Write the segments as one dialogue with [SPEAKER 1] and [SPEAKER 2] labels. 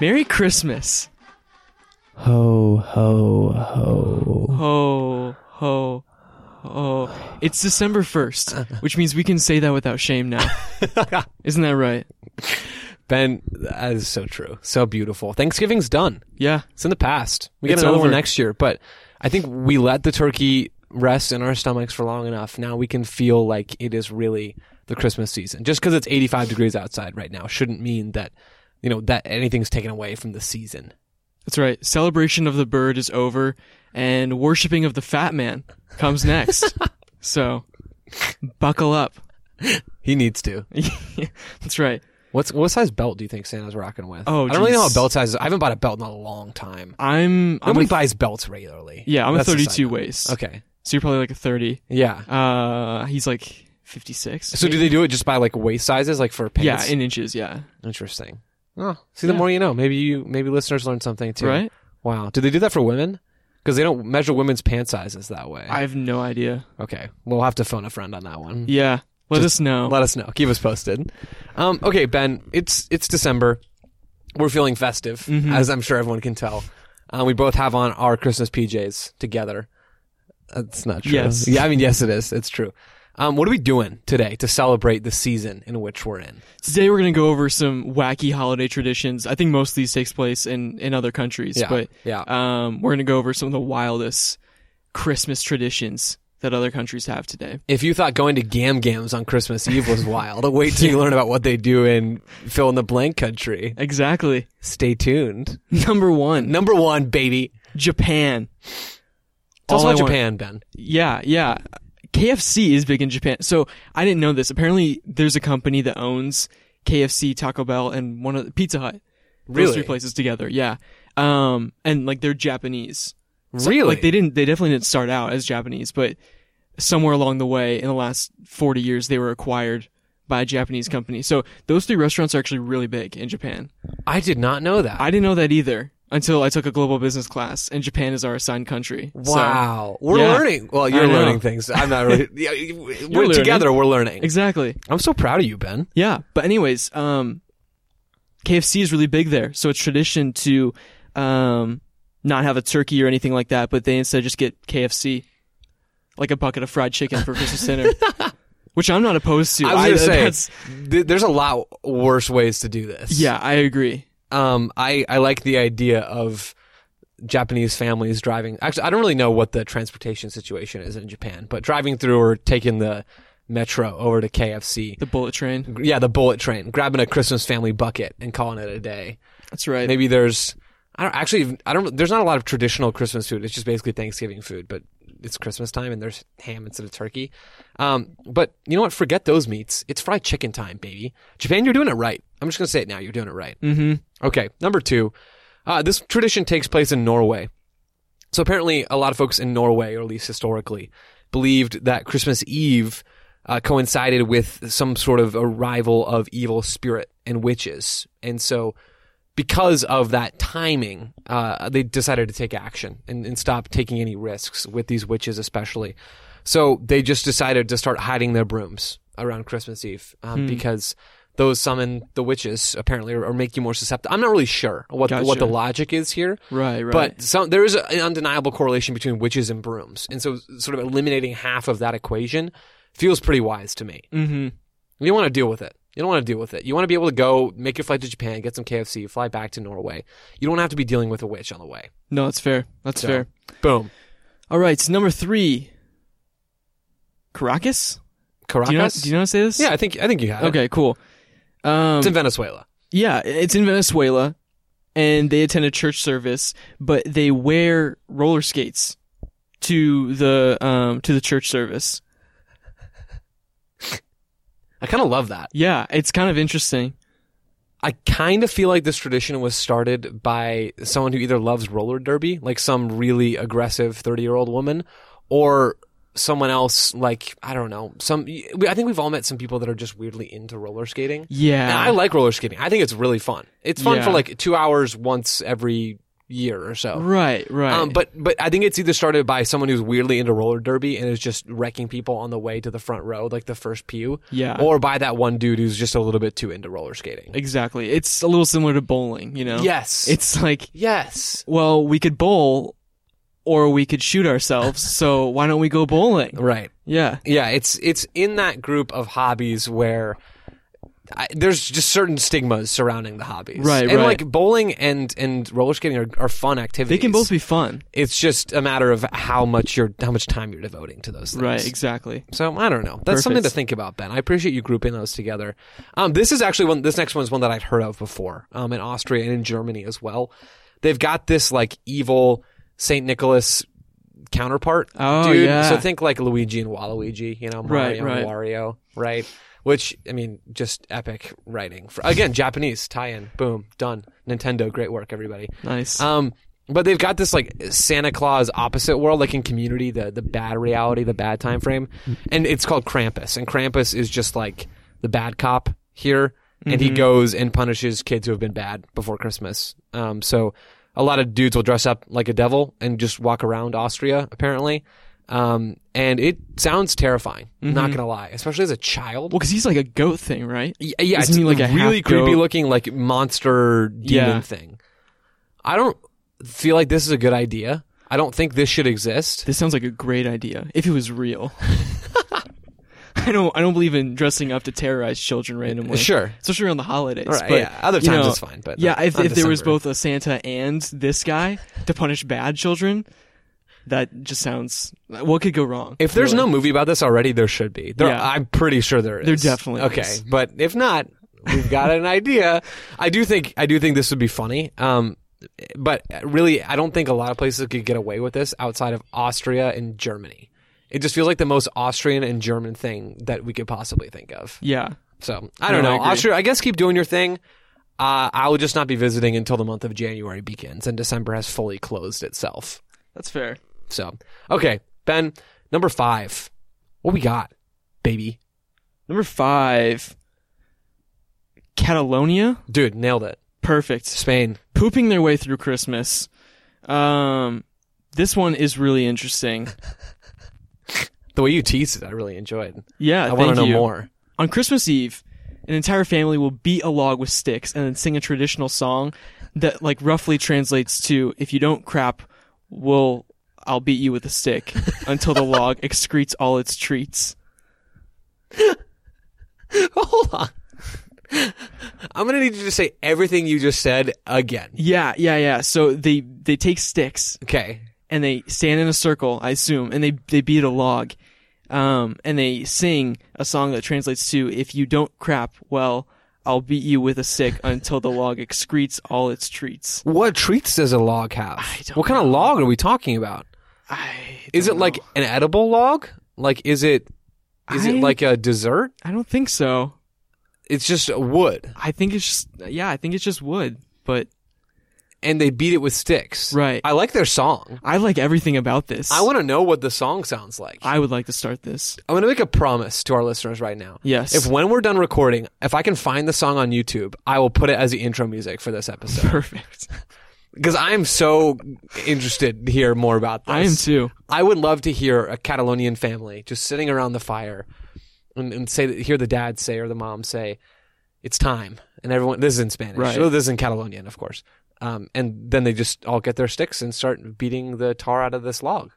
[SPEAKER 1] Merry Christmas.
[SPEAKER 2] Ho, ho, ho.
[SPEAKER 1] Ho, ho, ho. It's December 1st, which means we can say that without shame now. Isn't that right?
[SPEAKER 3] Ben, that is so true. So beautiful. Thanksgiving's done.
[SPEAKER 1] Yeah.
[SPEAKER 3] It's in the past. We get
[SPEAKER 1] It's
[SPEAKER 3] another one
[SPEAKER 1] over.
[SPEAKER 3] next year, but I think we let the turkey rest in our stomachs for long enough. Now we can feel like it is really the Christmas season. Just because it's 85 degrees outside right now shouldn't mean that, you know, that anything's taken away from the season.
[SPEAKER 1] That's right. Celebration of the bird is over, and worshiping of the fat man comes next. so, buckle up.
[SPEAKER 3] He needs to.
[SPEAKER 1] That's right.
[SPEAKER 3] What's what size belt do you think Santa's rocking with?
[SPEAKER 1] Oh,
[SPEAKER 3] I don't really know
[SPEAKER 1] geez.
[SPEAKER 3] what belt size is. I haven't bought a belt in a long time.
[SPEAKER 1] I'm. I'm
[SPEAKER 3] Nobody
[SPEAKER 1] a,
[SPEAKER 3] buys belts regularly.
[SPEAKER 1] yeah, I'm a
[SPEAKER 3] That's the
[SPEAKER 1] 32
[SPEAKER 3] side note.
[SPEAKER 1] waist.
[SPEAKER 3] Okay.
[SPEAKER 1] So you're probably like a 30.
[SPEAKER 3] Yeah.
[SPEAKER 1] Uh, he's like 56.
[SPEAKER 3] So do they do it just by like waist sizes, like for pants?
[SPEAKER 1] Yeah, in inches. Yeah.
[SPEAKER 3] Interesting. Oh, see, the
[SPEAKER 1] Yeah.
[SPEAKER 3] more you know. Maybe you, maybe listeners learn something too.
[SPEAKER 1] Right?
[SPEAKER 3] Wow. Do they do that for women? Because they don't measure women's pant sizes that way.
[SPEAKER 1] I have no idea.
[SPEAKER 3] okay, we'll have to phone a friend on that one.
[SPEAKER 1] Yeah. Let
[SPEAKER 3] Just
[SPEAKER 1] us know.
[SPEAKER 3] Let us know. Keep us posted. Um, okay, Ben. It's it's December. We're feeling festive,
[SPEAKER 1] Mm-hmm.
[SPEAKER 3] as I'm sure everyone can tell. Uh, we both have on our Christmas PJs together. That's not true.
[SPEAKER 1] Yes.
[SPEAKER 3] Yeah, I mean, yes, it is. It's true. Um, what are we doing today to celebrate the season in which we're in?
[SPEAKER 1] Today we're going to go over some wacky holiday traditions. I think most of these takes place in, in other countries,
[SPEAKER 3] Yeah,
[SPEAKER 1] but
[SPEAKER 3] yeah.
[SPEAKER 1] um, we're going to go over some of the wildest Christmas traditions that other countries have today.
[SPEAKER 3] if you thought going to Gam Gams on Christmas Eve was wild, wait till you learn about what they do in fill in the blank country.
[SPEAKER 1] Exactly.
[SPEAKER 3] Stay tuned.
[SPEAKER 1] Number one,
[SPEAKER 3] Number one, baby.
[SPEAKER 1] Japan.
[SPEAKER 3] Tell
[SPEAKER 1] All
[SPEAKER 3] us
[SPEAKER 1] I
[SPEAKER 3] about
[SPEAKER 1] want-
[SPEAKER 3] Japan, Ben.
[SPEAKER 1] Yeah, yeah. KFC is big in Japan. So I didn't know this. Apparently, there's a company that owns KFC, Taco Bell, and one of the Pizza Hut. Those
[SPEAKER 3] Really?
[SPEAKER 1] three places together. Yeah. Um, and like they're Japanese.
[SPEAKER 3] really?
[SPEAKER 1] Like they didn't. They definitely didn't start out as Japanese, but somewhere along the way, in the last 40 years, they were acquired by a Japanese company. So those three restaurants are actually really big in Japan.
[SPEAKER 3] I did not know that.
[SPEAKER 1] I didn't know that either until I took a global business class, and Japan is our assigned country. So-
[SPEAKER 3] wow. we're
[SPEAKER 1] yeah.
[SPEAKER 3] learning. Well,
[SPEAKER 1] I
[SPEAKER 3] you're
[SPEAKER 1] know.
[SPEAKER 3] learning things. I'm not really. Yeah, we're
[SPEAKER 1] learning.
[SPEAKER 3] together. We're learning.
[SPEAKER 1] exactly.
[SPEAKER 3] I'm so proud of you, Ben.
[SPEAKER 1] Yeah, but anyways, um, KFC is really big there, so it's tradition to um, not have a turkey or anything like that, but they instead just get KFC, like a bucket of fried chicken for Christmas dinner, which I'm not opposed to.
[SPEAKER 3] I was going
[SPEAKER 1] I-
[SPEAKER 3] to
[SPEAKER 1] that's-
[SPEAKER 3] say, th- there's a lot worse ways to do this.
[SPEAKER 1] yeah, I agree.
[SPEAKER 3] um, I, I like the idea of Japanese families driving. Actually, I don't really know what the transportation situation is in Japan, but driving through or taking the metro over to KFC.
[SPEAKER 1] The bullet train.
[SPEAKER 3] yeah, the bullet train, grabbing a Christmas family bucket and calling it a day.
[SPEAKER 1] That's right.
[SPEAKER 3] Maybe there's, I don't actually, I don't, there's not a lot of traditional Christmas food. It's just basically Thanksgiving food, but it's Christmas time and there's ham instead of turkey. Um, but you know what? Forget those meats. It's fried chicken time, baby. Japan, you're doing it right. I'm just going to say it now. You're doing it right.
[SPEAKER 1] hmm
[SPEAKER 3] Okay, number two. Uh, this tradition takes place in Norway. So apparently, a lot of folks in Norway, or at least historically, believed that Christmas Eve uh, coincided with some sort of arrival of evil spirit and witches. And so, because of that timing, uh, they decided to take action and, and stop taking any risks with these witches, especially. So they just decided to start hiding their brooms around Christmas Eve um,
[SPEAKER 1] Hmm.
[SPEAKER 3] because those summon the witches apparently or, or make you more susceptible. I'm not really sure what what
[SPEAKER 1] Gotcha.
[SPEAKER 3] the logic is here.
[SPEAKER 1] Right, right.
[SPEAKER 3] But some, there is an undeniable correlation between witches and brooms, and so sort of eliminating half of that equation feels pretty wise to me.
[SPEAKER 1] hmm
[SPEAKER 3] You don't want to deal with it. You don't want to deal with it. You want to be able to go make your flight to Japan, get some KFC, fly back to Norway. You don't have to be dealing with a witch on the way.
[SPEAKER 1] No, that's fair. That's
[SPEAKER 3] So-
[SPEAKER 1] fair.
[SPEAKER 3] Boom,
[SPEAKER 1] All right, so number three. Caracas?
[SPEAKER 3] Caracas.
[SPEAKER 1] Do you know, do you know how to say this?
[SPEAKER 3] yeah, I think I think you have. it.
[SPEAKER 1] Okay, cool. Um,
[SPEAKER 3] it's in Venezuela.
[SPEAKER 1] Yeah, it's in Venezuela, and they attend a church service, but they wear roller skates to the um to the church service.
[SPEAKER 3] I kind of love that.
[SPEAKER 1] Yeah, it's kind of interesting.
[SPEAKER 3] I kind of feel like this tradition was started by someone who either loves roller derby, like some really aggressive 30 year old woman, or someone else, like, I don't know, some, we- I think we've all met some people that are just weirdly into roller skating.
[SPEAKER 1] Yeah,
[SPEAKER 3] And I like roller skating. I think it's really fun. It's fun for
[SPEAKER 1] Yeah.
[SPEAKER 3] like two hours once every year or so.
[SPEAKER 1] Right, right.
[SPEAKER 3] Um, but but I think it's either started by someone who's weirdly into roller derby and is just wrecking people on the way to the front row, like the first pew,
[SPEAKER 1] yeah,
[SPEAKER 3] or by that one dude who's just a little bit too into roller skating.
[SPEAKER 1] exactly. It's a little similar to bowling, you know.
[SPEAKER 3] Yes,
[SPEAKER 1] It's like,
[SPEAKER 3] yes,
[SPEAKER 1] well, we could bowl, or we could shoot ourselves. so why don't we go bowling?
[SPEAKER 3] right.
[SPEAKER 1] Yeah,
[SPEAKER 3] Yeah, it's it's in that group of hobbies where I, there's just certain stigmas surrounding the hobbies,
[SPEAKER 1] Right,
[SPEAKER 3] And
[SPEAKER 1] right.
[SPEAKER 3] like bowling and and roller skating are, are fun activities.
[SPEAKER 1] they can both be fun.
[SPEAKER 3] It's just a matter of how much you're how much time you're devoting to those things.
[SPEAKER 1] Right, exactly.
[SPEAKER 3] So I don't know. That's something to
[SPEAKER 1] Perfect.
[SPEAKER 3] think about, Ben. I appreciate you grouping those together. Um, this is actually one. This next one is one that I've heard of before um, in Austria and in Germany as well. They've got this like evil Saint Nicholas counterpart.
[SPEAKER 1] Oh,
[SPEAKER 3] dude.
[SPEAKER 1] yeah.
[SPEAKER 3] So think like Luigi and Waluigi. You know,
[SPEAKER 1] Right,
[SPEAKER 3] Mario and
[SPEAKER 1] right.
[SPEAKER 3] Wario. Right. Which I mean, just epic writing. For, again, Japanese tie-in. Boom. Done. Nintendo. Great work, everybody.
[SPEAKER 1] Nice.
[SPEAKER 3] Um, but they've got this like Santa Claus opposite world, like in Community, the the bad reality, the bad time frame, and it's called Krampus. And Krampus is just like the bad cop here, and he goes and punishes kids who have been bad before Christmas. Um, so a lot of dudes will dress up like a devil and just walk around Austria, apparently. Um, and it sounds terrifying. Not gonna lie, especially as a child.
[SPEAKER 1] well, because he's like a goat thing, right?
[SPEAKER 3] Y-
[SPEAKER 1] Isn't
[SPEAKER 3] Yeah, it's
[SPEAKER 1] he like a
[SPEAKER 3] really
[SPEAKER 1] half
[SPEAKER 3] creepy
[SPEAKER 1] goat?
[SPEAKER 3] looking like monster demon
[SPEAKER 1] Yeah.
[SPEAKER 3] thing. I don't feel like this is a good idea. I don't think this should exist.
[SPEAKER 1] This sounds like a great idea if it was real. I don't. I don't believe in dressing up to terrorize children randomly.
[SPEAKER 3] Sure.
[SPEAKER 1] especially around the holidays.
[SPEAKER 3] All right,
[SPEAKER 1] but,
[SPEAKER 3] yeah. Other
[SPEAKER 1] you
[SPEAKER 3] times
[SPEAKER 1] know,
[SPEAKER 3] it's fine, but
[SPEAKER 1] yeah,
[SPEAKER 3] not-
[SPEAKER 1] if,
[SPEAKER 3] not
[SPEAKER 1] if there was
[SPEAKER 3] December.
[SPEAKER 1] both a Santa and this guy to punish bad children, that just sounds. What could go wrong?
[SPEAKER 3] If there's
[SPEAKER 1] really?
[SPEAKER 3] no movie about this already, there should be. There,
[SPEAKER 1] Yeah.
[SPEAKER 3] I'm pretty sure there is.
[SPEAKER 1] There definitely
[SPEAKER 3] okay,
[SPEAKER 1] is.
[SPEAKER 3] but if not, we've got an idea. I do think I do think this would be funny. Um, but really, I don't think a lot of places could get away with this outside of Austria and Germany. It just feels like the most Austrian and German thing that we could possibly think of.
[SPEAKER 1] yeah,
[SPEAKER 3] So I don't
[SPEAKER 1] No, I
[SPEAKER 3] know.
[SPEAKER 1] agree.
[SPEAKER 3] Austria, I guess keep doing your thing. Uh, I will just not be visiting until the month of January begins and December has fully closed itself.
[SPEAKER 1] that's fair.
[SPEAKER 3] So okay, Ben, number five. What we got, baby?
[SPEAKER 1] Number five, Catalonia.
[SPEAKER 3] Dude, nailed it.
[SPEAKER 1] Perfect.
[SPEAKER 3] Spain.
[SPEAKER 1] Pooping their way through Christmas. Um, this one is really interesting.
[SPEAKER 3] The way you teased it, I really enjoyed.
[SPEAKER 1] Yeah,
[SPEAKER 3] I want to
[SPEAKER 1] thank
[SPEAKER 3] know
[SPEAKER 1] you.
[SPEAKER 3] more.
[SPEAKER 1] On Christmas Eve, an entire family will beat a log with sticks and then sing a traditional song that like roughly translates to if you don't crap, we'll I'll beat you with a stick until the log excretes all its treats.
[SPEAKER 3] Hold on. I'm gonna need you to say everything you just said again.
[SPEAKER 1] Yeah, yeah, yeah. So they they take sticks
[SPEAKER 3] Okay.
[SPEAKER 1] and they stand in a circle, I assume, and they they beat a log. Um, and they sing a song that translates to if you don't crap, well, I'll beat you with a stick until the log excretes all its treats.
[SPEAKER 3] What treats does a log have?
[SPEAKER 1] don't
[SPEAKER 3] What kind of log are we talking about?
[SPEAKER 1] I
[SPEAKER 3] Is it
[SPEAKER 1] don't
[SPEAKER 3] like
[SPEAKER 1] know.
[SPEAKER 3] an edible log? Like is it is
[SPEAKER 1] I-
[SPEAKER 3] it like a dessert?
[SPEAKER 1] I don't think so.
[SPEAKER 3] It's just wood,
[SPEAKER 1] I think it's just yeah. I think it's just wood. But
[SPEAKER 3] and they beat it with sticks.
[SPEAKER 1] Right.
[SPEAKER 3] I like their song.
[SPEAKER 1] I like everything about this.
[SPEAKER 3] I want to know what the song sounds like. I,
[SPEAKER 1] I would like to start this.
[SPEAKER 3] am going to make a promise to our listeners right now.
[SPEAKER 1] Yes.
[SPEAKER 3] If when we're done recording, if I can find the song on YouTube, I will put it as the intro music for this episode
[SPEAKER 1] Perfect.
[SPEAKER 3] because I am so interested to hear more about this.
[SPEAKER 1] I am too.
[SPEAKER 3] I would love to hear a Catalonian family just sitting around the fire and, and say, hear the dad say or the mom say, "It's time," and everyone. This is in Spanish.
[SPEAKER 1] Right.
[SPEAKER 3] Well, this is in Catalonian, of course. Um, and then they just all get their sticks and start beating the tar out of this log.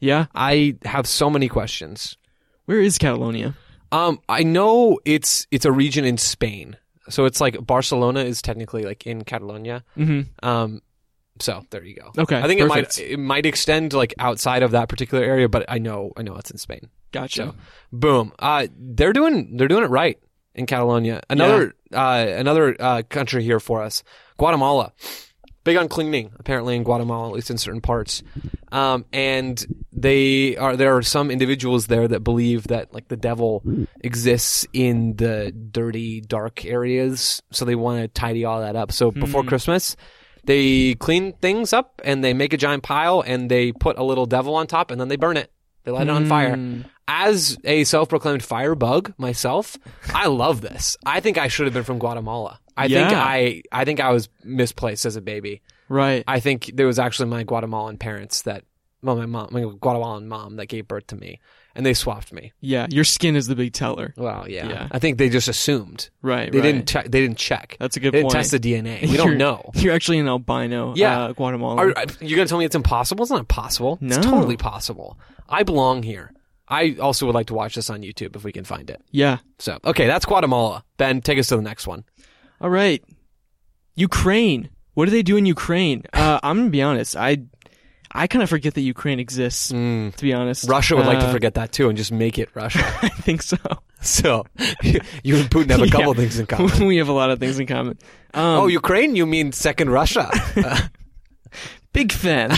[SPEAKER 1] Yeah.
[SPEAKER 3] I have so many questions.
[SPEAKER 1] Where is Catalonia?
[SPEAKER 3] Um, I know it's it's a region in Spain, so it's like Barcelona is technically like in Catalonia.
[SPEAKER 1] hmm
[SPEAKER 3] Um, so there you go.
[SPEAKER 1] Okay,
[SPEAKER 3] I think it might
[SPEAKER 1] perfect.
[SPEAKER 3] it might extend like outside of that particular area, but I know I know it's in Spain.
[SPEAKER 1] Gotcha.
[SPEAKER 3] Boom. Uh, they're doing they're doing it right in Catalonia. Another uh, another uh, country here for us, Guatemala. Big on cleaning, apparently in Guatemala, at least in certain parts. Um, and they are there are some individuals there that believe that like the devil exists in the dirty, dark areas, so they want to tidy all that up. So before Christmas. They clean things up and they make a giant pile and they put a little devil on top and then they burn it. They light it on fire as a self-proclaimed firebug myself, I love this. I think I should have been from Guatemala. I think
[SPEAKER 1] Yeah.
[SPEAKER 3] I I think I was misplaced as a baby.
[SPEAKER 1] Right.
[SPEAKER 3] I think there was actually my Guatemalan parents that, well, my mom, my Guatemalan mom that gave birth to me, and they swapped me.
[SPEAKER 1] yeah. Your skin is the big teller.
[SPEAKER 3] Well, yeah.
[SPEAKER 1] Yeah.
[SPEAKER 3] I think they just assumed
[SPEAKER 1] Right.
[SPEAKER 3] they
[SPEAKER 1] right.
[SPEAKER 3] didn't. Te- they didn't check.
[SPEAKER 1] That's a good
[SPEAKER 3] they didn't
[SPEAKER 1] point.
[SPEAKER 3] test the DNA. We
[SPEAKER 1] You're-
[SPEAKER 3] don't know.
[SPEAKER 1] You're actually an albino.
[SPEAKER 3] Yeah.
[SPEAKER 1] Uh, Guatemalan.
[SPEAKER 3] Are, you're gonna tell me it's impossible? It's not possible.
[SPEAKER 1] No.
[SPEAKER 3] It's totally possible. I belong here. I also would like to watch this on YouTube if we can find it.
[SPEAKER 1] yeah.
[SPEAKER 3] So, okay, that's Guatemala. Ben, take us to the next one.
[SPEAKER 1] All right. Ukraine. What do they do in Ukraine? Uh, I'm gonna be honest. I I kind of forget that Ukraine exists. To be honest,
[SPEAKER 3] Mm. Russia would like to
[SPEAKER 1] Uh,
[SPEAKER 3] forget that too and just make it Russia.
[SPEAKER 1] I think so.
[SPEAKER 3] so, you and Putin have a couple
[SPEAKER 1] Yeah. Um,
[SPEAKER 3] things in common.
[SPEAKER 1] we have a lot of things in common. Um,
[SPEAKER 3] Oh, Ukraine? You mean second Russia?
[SPEAKER 1] big fan.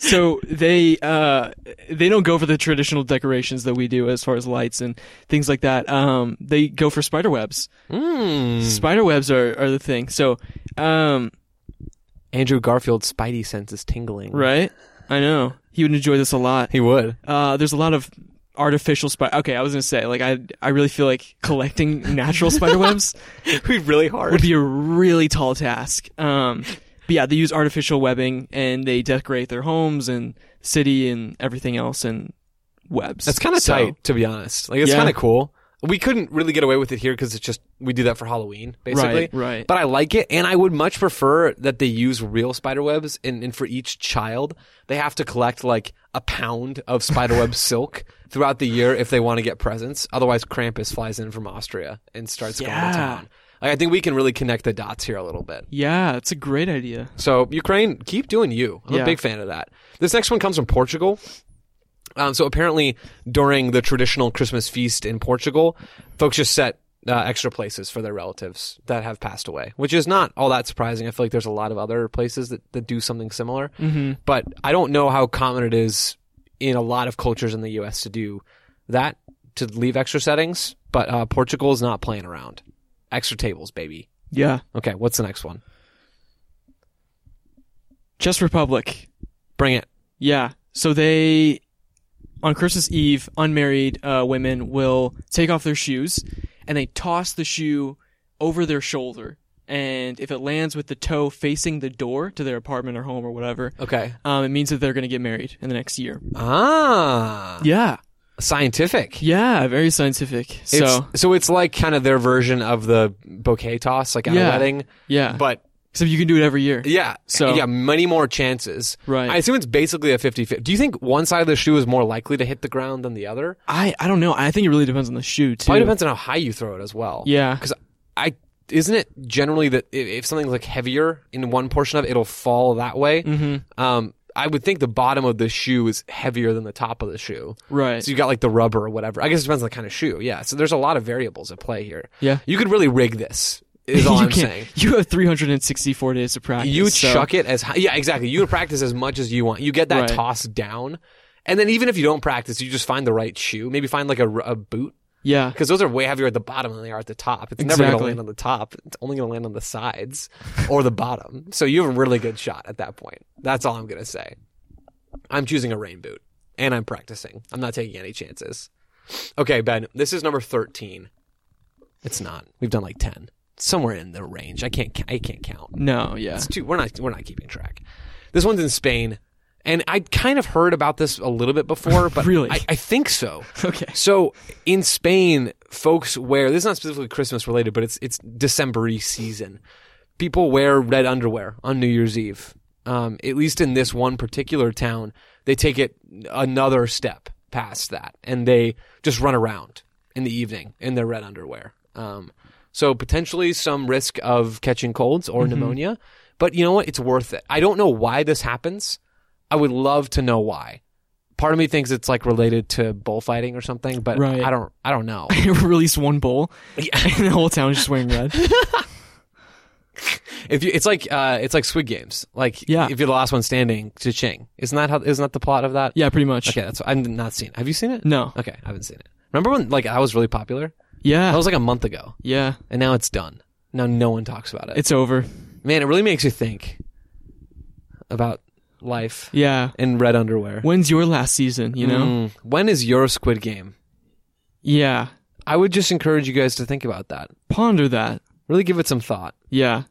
[SPEAKER 1] so they uh, they don't go for the traditional decorations that we do as far as lights and things like that. Um, they go for spider webs.
[SPEAKER 3] mm.
[SPEAKER 1] Spider webs are, are the thing. So um,
[SPEAKER 3] Andrew Garfield's spidey sense is tingling.
[SPEAKER 1] right, I know he would enjoy this a lot.
[SPEAKER 3] He would.
[SPEAKER 1] Uh, there's a lot of artificial spider. Okay, I was gonna say like I I really feel like collecting natural spider webs
[SPEAKER 3] We'd really
[SPEAKER 1] would
[SPEAKER 3] hard.
[SPEAKER 1] be a really tall task. Um, but yeah, they use artificial webbing and they decorate their homes and city and everything else and webs.
[SPEAKER 3] That's kind of
[SPEAKER 1] So-
[SPEAKER 3] tight, to be honest. Like, it's
[SPEAKER 1] Yeah.
[SPEAKER 3] kind of cool. We couldn't really get away with it here because it's just, we do that for Halloween, basically.
[SPEAKER 1] Right, right.
[SPEAKER 3] But I like it, and I would much prefer that they use real spider webs. And, and for each child, they have to collect like a pound of spider web silk throughout the year if they want to get presents. Otherwise, Krampus flies in from Austria and starts going
[SPEAKER 1] Yeah.
[SPEAKER 3] to town. Like, I think we can really connect the dots here a little bit.
[SPEAKER 1] yeah, it's a great idea.
[SPEAKER 3] So Ukraine, keep doing you. I'm
[SPEAKER 1] Yeah.
[SPEAKER 3] a big fan of that. This next one comes from Portugal. Um, so apparently, during the traditional Christmas feast in Portugal, folks just set uh, extra places for their relatives that have passed away, which is not all that surprising. I feel like there's a lot of other places that, that do something similar, but I don't know how common it is in a lot of cultures in the U.S. to do that to leave extra settings. But uh, Portugal is not playing around. Extra tables, baby.
[SPEAKER 1] Yeah,
[SPEAKER 3] Okay, what's the next one?
[SPEAKER 1] Czech Republic.
[SPEAKER 3] Bring it.
[SPEAKER 1] Yeah. So they, on Christmas Eve, unmarried uh, women will take off their shoes and they toss the shoe over their shoulder. And if it lands with the toe facing the door to their apartment or home or whatever,
[SPEAKER 3] Okay.
[SPEAKER 1] um, it means that they're going to get married in the next year.
[SPEAKER 3] Ah,
[SPEAKER 1] Yeah.
[SPEAKER 3] scientific.
[SPEAKER 1] Yeah. Very scientific. so,
[SPEAKER 3] it's, so it's like kind of their version of the bouquet toss, like at
[SPEAKER 1] Yeah.
[SPEAKER 3] a wedding.
[SPEAKER 1] yeah. But,
[SPEAKER 3] But
[SPEAKER 1] Except you can do it every year.
[SPEAKER 3] yeah,
[SPEAKER 1] So-
[SPEAKER 3] so yeah, many more chances.
[SPEAKER 1] Right.
[SPEAKER 3] I assume it's basically a 50-50. Do you think one side of the shoe is more likely to hit the ground than the other?
[SPEAKER 1] I, I don't know. I think it really depends on the shoe, too.
[SPEAKER 3] Probably depends on how high you throw it as well.
[SPEAKER 1] Yeah.
[SPEAKER 3] Because I isn't it generally that i- if something's like heavier in one portion of it, it'll fall that way. Mm-hmm. Um, I would think the bottom of the shoe is heavier than the top of the shoe.
[SPEAKER 1] Right.
[SPEAKER 3] So you got like the rubber or whatever. I guess it depends on the kind of shoe. Yeah. So there's a lot of variables at play here.
[SPEAKER 1] Yeah.
[SPEAKER 3] You could really rig this. Is all
[SPEAKER 1] you
[SPEAKER 3] I'm saying.
[SPEAKER 1] You have 364 days to practice.
[SPEAKER 3] You
[SPEAKER 1] so-
[SPEAKER 3] chuck it as high, yeah, exactly. You practice as much as you want. You get that
[SPEAKER 1] Right.
[SPEAKER 3] toss down, and then even if you don't practice, you just find the right shoe. Maybe find like a, r- a boot
[SPEAKER 1] Yeah.
[SPEAKER 3] because those are way heavier at the bottom than they are at the top. It's never going
[SPEAKER 1] Exactly.
[SPEAKER 3] to land on the top. It's only going to land on the sides or the bottom. So you have a really good shot at that point. That's all I'm going to say. I'm choosing a rain boot and I'm practicing. I'm not taking any chances. Okay, Ben, this is number 13. It's not. We've done like 10. Somewhere in the range. I can't I can't count.
[SPEAKER 1] No, yeah.
[SPEAKER 3] It's too, we're not we're not keeping track. This one's in Spain. And I kind of heard about this a little bit before, but
[SPEAKER 1] Really?
[SPEAKER 3] I, I think so.
[SPEAKER 1] Okay.
[SPEAKER 3] So in Spain, folks wear this is not specifically Christmas related, but it's it's December season. People wear red underwear on New Year's Eve. Um, at least in this one particular town, they take it another step past that, and they just run around in the evening in their red underwear. Um, so potentially some risk of catching colds or pneumonia, but you know what? It's worth it. I don't know why this happens. I would love to know why. Part of me thinks it's like related to bullfighting or something, but
[SPEAKER 1] Right.
[SPEAKER 3] I don't. I don't know.
[SPEAKER 1] release one bowl, and the whole town's just wearing red.
[SPEAKER 3] If you, it's like uh, it's like Squid Games. Like
[SPEAKER 1] Yeah.
[SPEAKER 3] if you're the last one standing, to ching. Isn't that how? Isn't that the plot of that?
[SPEAKER 1] Yeah, pretty much.
[SPEAKER 3] Okay, that's. I've not seen. it. Have you seen it?
[SPEAKER 1] No.
[SPEAKER 3] Okay, I haven't seen it. Remember when like I was really popular?
[SPEAKER 1] Yeah.
[SPEAKER 3] That was like a month ago,
[SPEAKER 1] yeah.
[SPEAKER 3] and now it's done. Now no one talks about it.
[SPEAKER 1] It's over.
[SPEAKER 3] Man, it really makes you think about life
[SPEAKER 1] Yeah.
[SPEAKER 3] in red underwear.
[SPEAKER 1] When's your last season? You know.
[SPEAKER 3] Mm. when is your Squid Game?
[SPEAKER 1] Yeah.
[SPEAKER 3] I would just encourage you guys to think about that.
[SPEAKER 1] Ponder that.
[SPEAKER 3] Really give it some thought.
[SPEAKER 1] Yeah.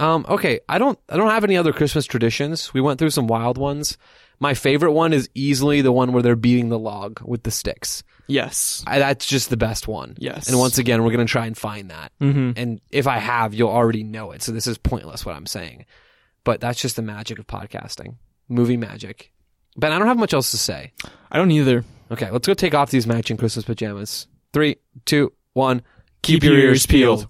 [SPEAKER 3] Um, okay, I don't I don't have any other Christmas traditions. We went through some wild ones. My favorite one is easily the one where they're beating the log with the sticks.
[SPEAKER 1] Yes.
[SPEAKER 3] I, that's just the best one.
[SPEAKER 1] Yes.
[SPEAKER 3] And once again, we're gonna try and find that.
[SPEAKER 1] Mm-hmm.
[SPEAKER 3] And if I have, you'll already know it. So this is pointless what I'm saying. But that's just the magic of podcasting, movie magic. Ben, I don't have much else to say.
[SPEAKER 1] I don't either.
[SPEAKER 3] Okay, let's go take off these matching Christmas pajamas. Three, two, one.
[SPEAKER 1] Keep your ears peeled.